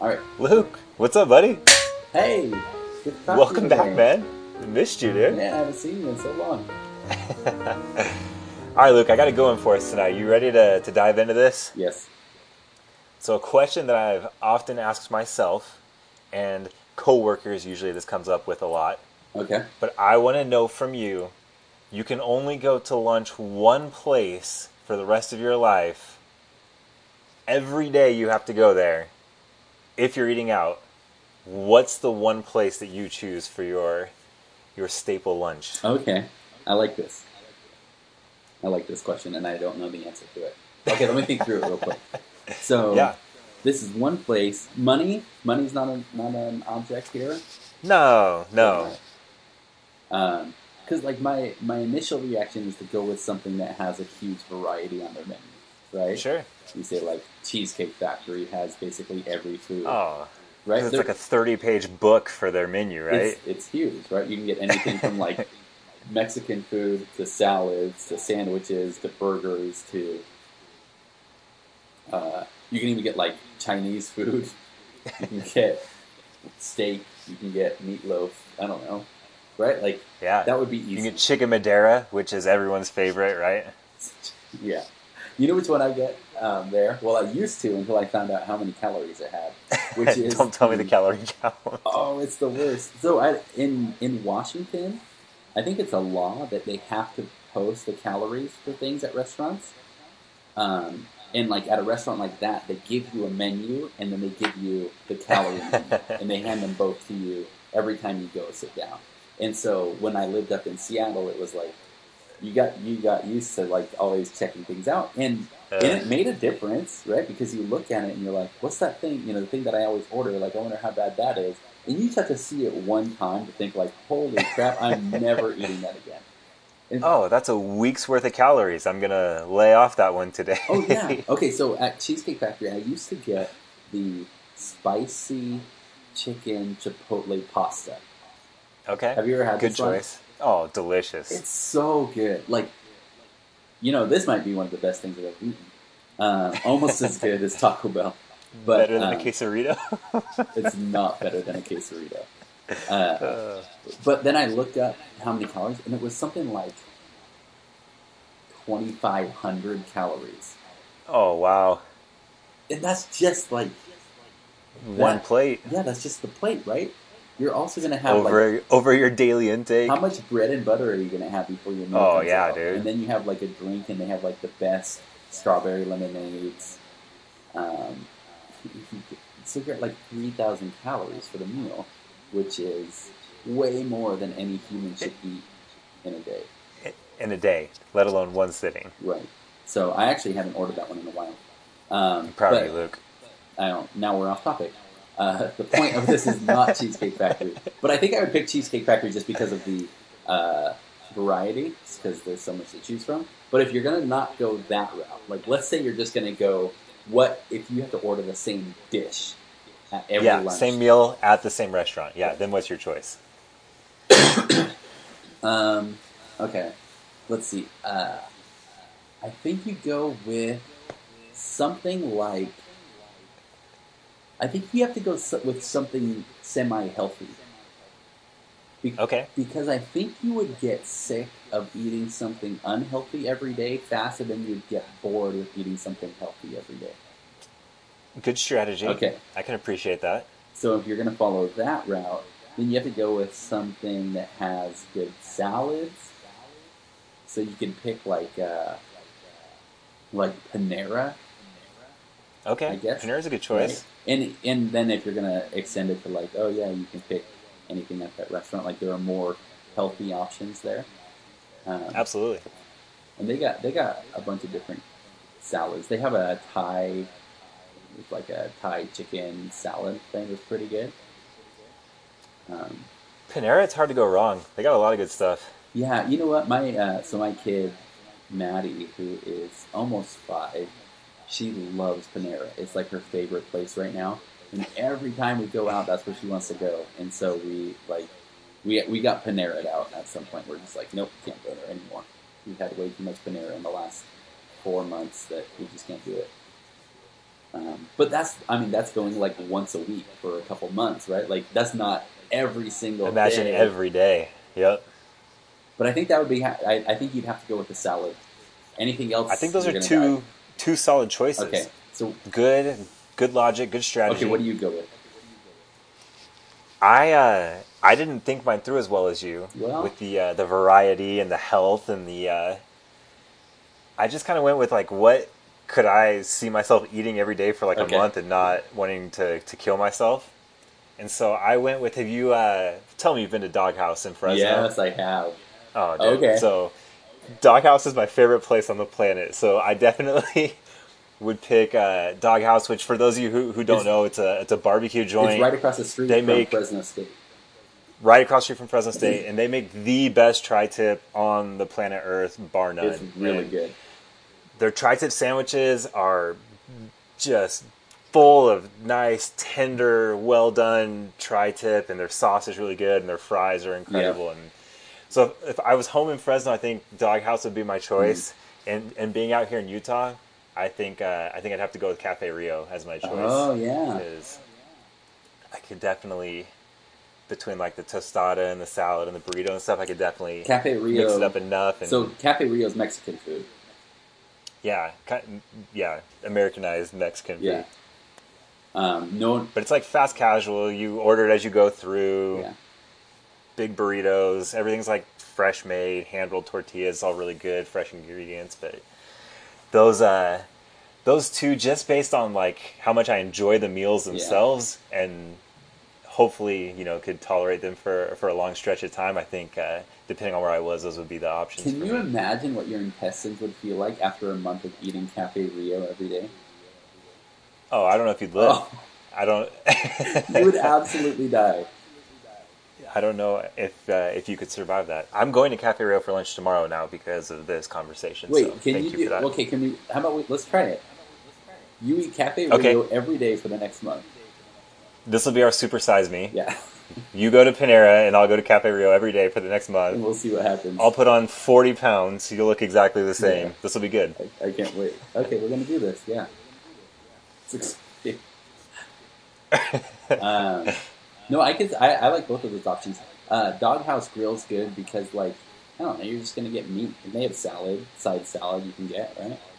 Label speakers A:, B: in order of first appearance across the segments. A: All right.
B: Luke, what's up, buddy?
A: Hey. Good to talk to
B: Welcome
A: you
B: back,
A: again.
B: man. Missed you, dude.
A: Yeah, I haven't seen you in so long.
B: All right, Luke, I got it going for us tonight. You ready to, to dive into this?
A: Yes.
B: So, a question that I've often asked myself, and coworkers usually this comes up with a lot,
A: Okay.
B: but I want to know from you you can only go to lunch one place for the rest of your life. Every day you have to go there if you're eating out. What's the one place that you choose for your your staple lunch?
A: Okay. I like this. I like this question, and I don't know the answer to it. Okay, let me think through it real quick. So,
B: Yeah.
A: this is one place. Money. Money's not a, not an object here.
B: No, no.
A: Um, because like my my initial reaction is to go with something that has a huge variety on their menu, right?
B: Sure.
A: You say like Cheesecake Factory has basically every food,
B: Oh,
A: right?
B: 'cause it's
A: They're-
B: like a 30 page book for their menu, right?
A: It's, it's huge, right? You can get anything from like Mexican food to salads to sandwiches to burgers to. Uh, you can even get like Chinese food. You can get steak. You can get meatloaf. I don't know, right? Like
B: yeah.
A: that would be
B: you can
A: easy.
B: get chicken Madeira, which is everyone's favorite, right?
A: yeah. You know which one I get um, there? Well, I used to until I found out how many calories it had, which is
B: Don't tell me the calorie count.
A: Oh, it's the worst. So I, in in Washington, I think it's a law that they have to post the calories for things at restaurants. Um, and like at a restaurant like that, they give you a menu and then they give you the calorie menu, and they hand them both to you every time you go sit down. And so when I lived up in Seattle, it was like you got you got used to like always checking things out, and and
B: Uh,
A: it made a difference, right? Because you look at it and you're like, what's that thing? You know, the thing that I always order. Like, I wonder how bad that is. And you just have to see it one time to think, like, holy crap, I'm never eating that again.
B: oh, that's a week's worth of calories. I'm going to lay off that one today.
A: Oh yeah. Okay, so at Cheesecake Factory, I used to get the spicy chicken chipotle pasta.
B: okay.
A: Have you ever had
B: Good
A: this one?
B: choice. Oh, delicious.
A: It's so good. Like, you know, this might be one of the best things I've ever eaten. Uh, almost as good as Taco Bell. But,
B: Better than
A: um,
B: a quesarito?
A: it's not better than a quesarito. Uh,
B: Uh,
A: but then I looked up how many calories, and it was something like twenty five hundred calories,
B: oh, wow.
A: and that's just like
B: One
A: That-
B: plate
A: yeah, that's just the plate, right? You're also gonna have like
B: over over your daily intake.
A: how much bread and butter are you gonna have before your meal?
B: Oh,
A: comes
B: yeah,
A: out?
B: dude.
A: And then you have like a drink, and they have like the best strawberry lemonades. Um, so you're at like three thousand calories for the meal, which is way more than any human should eat in a day.
B: in a day, let alone one sitting.
A: Right. So I actually haven't ordered that one in a while. Um,
B: I'm proud
A: but
B: of you, Luke.
A: I don't. Now we're off topic. Uh, the point of this is not Cheesecake Factory, but I think I would pick Cheesecake Factory just because of the uh, variety, because there's so much to choose from. But if you're gonna not go that route, like let's say you're just gonna go, what if you have to order the same dish at every
B: yeah,
A: lunch?
B: same meal at the same restaurant. Yeah, then what's your choice?
A: Um, okay, let's see. Uh, I think you go with something like. I think you have to go so- with something semi-healthy
B: Okay.
A: because I think you would get sick of eating something unhealthy every day faster than you'd get bored with eating something healthy every day.
B: Good strategy.
A: Okay.
B: I can appreciate that.
A: So if you're going to follow that route, then you have to go with something that has good salads. So you can pick like uh, like Panera,
B: Okay.
A: I guess.
B: Panera's a good
A: right?
B: choice.
A: And and then if you're going to extend it to like, oh yeah, you can pick anything at that restaurant. Like there are more healthy options there. Um,
B: Absolutely.
A: and they got they got a bunch of different salads. They have a Thai, it's like a Thai chicken salad thing. that's pretty good. Um,
B: Panera, it's hard to go wrong. They got a lot of good stuff.
A: Yeah, you know what? My uh, so my kid Maddie, who is almost five, she loves Panera. It's like her favorite place right now, and every time we go out, that's where she wants to go. And so we like we we got Panera out at some point. We're just like, nope, can't go there anymore. We've had way too much Panera in the last four months that we just can't do it. Um, but that's, I mean, that's going like once a week for a couple months, right? Like that's not every single.
B: Imagine
A: day.
B: every day. Yep.
A: But I think that would be. Ha- I, I think you'd have to go with the salad. Anything else?
B: I think those
A: you're
B: are
A: gonna
B: two
A: die.
B: two solid choices.
A: Okay. So
B: Good good logic, good strategy.
A: okay, what do you go with?
B: I uh, I didn't think mine through as well as you
A: Well-
B: with the uh, the variety and the health and the. Uh, I just kind of went with like what could I see myself eating every day for like
A: Okay.
B: a month and not wanting to to kill myself, and so I went with have you uh, tell me you've been to Doghouse in Fresno?
A: Yes, I have.
B: Oh, dude.
A: Okay.
B: So, Doghouse is my favorite place on the planet. So I definitely would pick uh, Doghouse, which for those of you who, who don't
A: It's-
B: know, it's a it's a barbecue joint
A: It's right across the street
B: They
A: from
B: make-
A: Fresno State.
B: right across the street from Fresno State, and they make the best tri-tip on the planet Earth, bar none.
A: It's really
B: And
A: good.
B: Their tri-tip sandwiches are just full of nice, tender, well done tri-tip, and their sauce is really good, and their fries are incredible. And so, if, if I was home in Fresno, I think Doghouse would be my
A: Mm.
B: choice. And and being out here in Utah, I think uh, I think I'd have to go with Cafe Rio as my choice
A: Oh yeah.
B: is I could definitely between like the tostada and the salad and the burrito and stuff, I could definitely
A: Cafe Rio.
B: mix it up enough and
A: So Cafe Rio's Mexican food.
B: yeah, ki- yeah, Americanized Mexican food.
A: Yeah. Um, no,
B: But it's like fast casual. You order it as you go through.
A: yeah.
B: Big burritos. Everything's like fresh made, hand rolled tortillas. All really good, fresh ingredients. But those uh, those two, just based on like how much I enjoy the meals themselves, and hopefully you know could tolerate them for for a long stretch of time. I think uh, depending on where I was, those would be the options.
A: Can
B: for
A: you
B: me.
A: imagine what your intestines would feel like after a month of eating Cafe Rio every day?
B: Oh, I don't know if you'd live.
A: Oh,
B: I don't.
A: you would absolutely die.
B: I don't know if uh, if you could survive that. I'm going to Cafe Rio for lunch tomorrow now because of this conversation.
A: Wait,
B: so
A: can
B: thank
A: you,
B: you,
A: do?
B: for that.
A: Okay, can we? How about we? Let's try it. You eat Cafe Rio
B: Okay.
A: every day for the next month.
B: This will be our super size me.
A: Yeah,
B: You go to Panera and I'll go to Cafe Rio every day for the next
A: and
B: month.
A: we'll see what happens.
B: I'll put on 40 pounds. You'll look exactly the same.
A: Yeah.
B: This will be good.
A: I, I can't wait. Okay, we're gonna do this. Yeah. It's ex- um, no, I could. I, I like both of those options. Uh, Doghouse Grill's good because, like, I don't know, you're just gonna get meat, and they have salad, side salad you can get, right?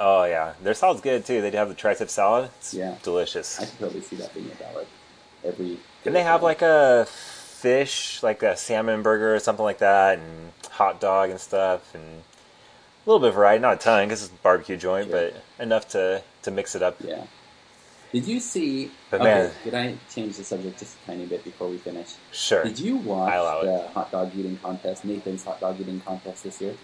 B: Oh, yeah. Their salad's good too. They do have the tricep salad. It's
A: Yeah.
B: delicious.
A: I could totally see that being a salad every.
B: Didn't they have like a fish, like a salmon burger or something like that, and hot dog and stuff, and a little bit of variety. Not a ton because it's a barbecue joint,
A: Sure.
B: but enough to, to mix it up.
A: Yeah. Did you see?
B: But
A: okay,
B: man-
A: did I change the subject just a tiny bit before we finish?
B: Sure.
A: Did you watch
B: I allow it.
A: the hot dog eating contest, Nathan's hot dog eating contest this year?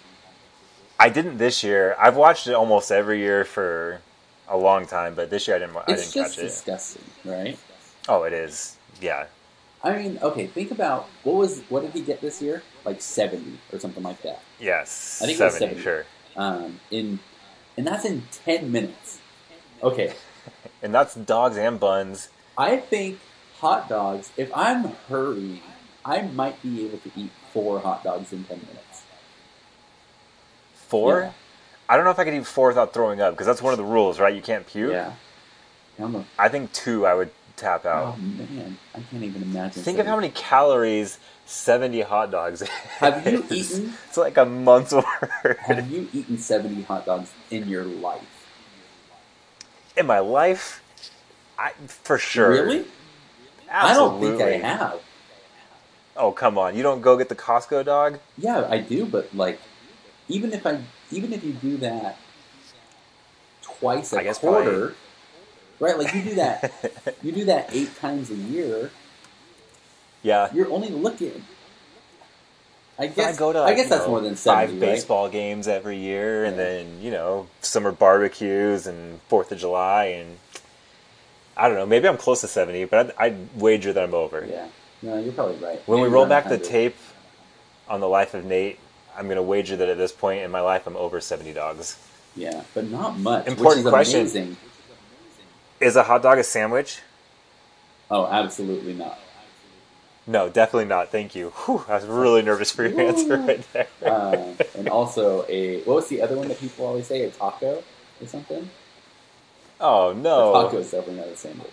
B: I didn't this year. I've watched it almost every year for a long time, but this year I didn't. wa- I
A: It's
B: didn't
A: just
B: catch it.
A: disgusting, right?
B: Oh, it is. Yeah.
A: I mean, okay, think about what was what did he get this year? Like seventy or something like that.
B: Yes.
A: I think it was 70.
B: 70, sure.
A: Um, in and that's in ten minutes. Okay,
B: And that's dogs and buns.
A: I think hot dogs. If I'm hurrying, I might be able to eat four hot dogs in ten minutes.
B: Four?
A: Yeah.
B: I don't know if I could eat four without throwing up because that's one of the rules, right? You can't puke.
A: Yeah, I'm a,
B: I think two I would tap
A: oh
B: out.
A: man, I can't even imagine.
B: Think of how
A: 70.
B: many calories 70 hot dogs is.
A: Have you eaten?
B: It's like a month's worth.
A: Have you eaten seventy hot dogs in your life?
B: In my life, I, for sure.
A: Really?
B: Absolutely.
A: I don't think I have.
B: Oh, come on. You don't go get the Costco dog?
A: Yeah, I do, but like, even if I, even if you do that twice a
B: I guess
A: quarter, right? Like you do that, you do that eight times a year.
B: yeah.
A: You're only looking. I guess.
B: I go to.
A: I
B: like,
A: guess
B: you
A: that's
B: know,
A: more than
B: five
A: seventy, right?
B: baseball games every year, and
A: Yeah.
B: then you know summer barbecues and Fourth of July, and I don't know. Maybe I'm close to seventy, but I'd, I'd wager that I'm over.
A: Yeah. No, you're probably right.
B: When we
A: Maybe
B: roll
A: around
B: back the
A: 100.
B: tape on the life of Nate, I'm going to wager that at this point in my life, I'm over seventy dogs.
A: Yeah, but not much.
B: Important
A: which is
B: question.
A: Amazing.
B: Is a hot dog a sandwich?
A: Oh, absolutely not.
B: No, definitely not. Thank you. Whew, I was really nervous for your
A: Ooh.
B: answer right there.
A: Uh, and also a what was the other one that people always say? A taco or something?
B: Oh no,
A: The tacos though were not a sandwich.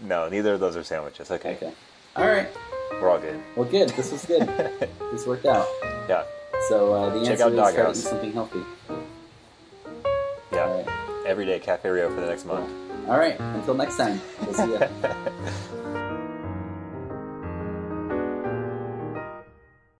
B: no, neither of those are sandwiches. Okay,
A: Okay. All right.
B: we're all good.
A: Well, good. This was good. this worked out.
B: Yeah,
A: So uh, the
B: Check
A: answer
B: out
A: is
B: Doghouse.
A: try to eat something healthy.
B: yeah.
A: All right.
B: Every day, Cafe Rio for the next month.
A: All right. Until next time. We'll see ya.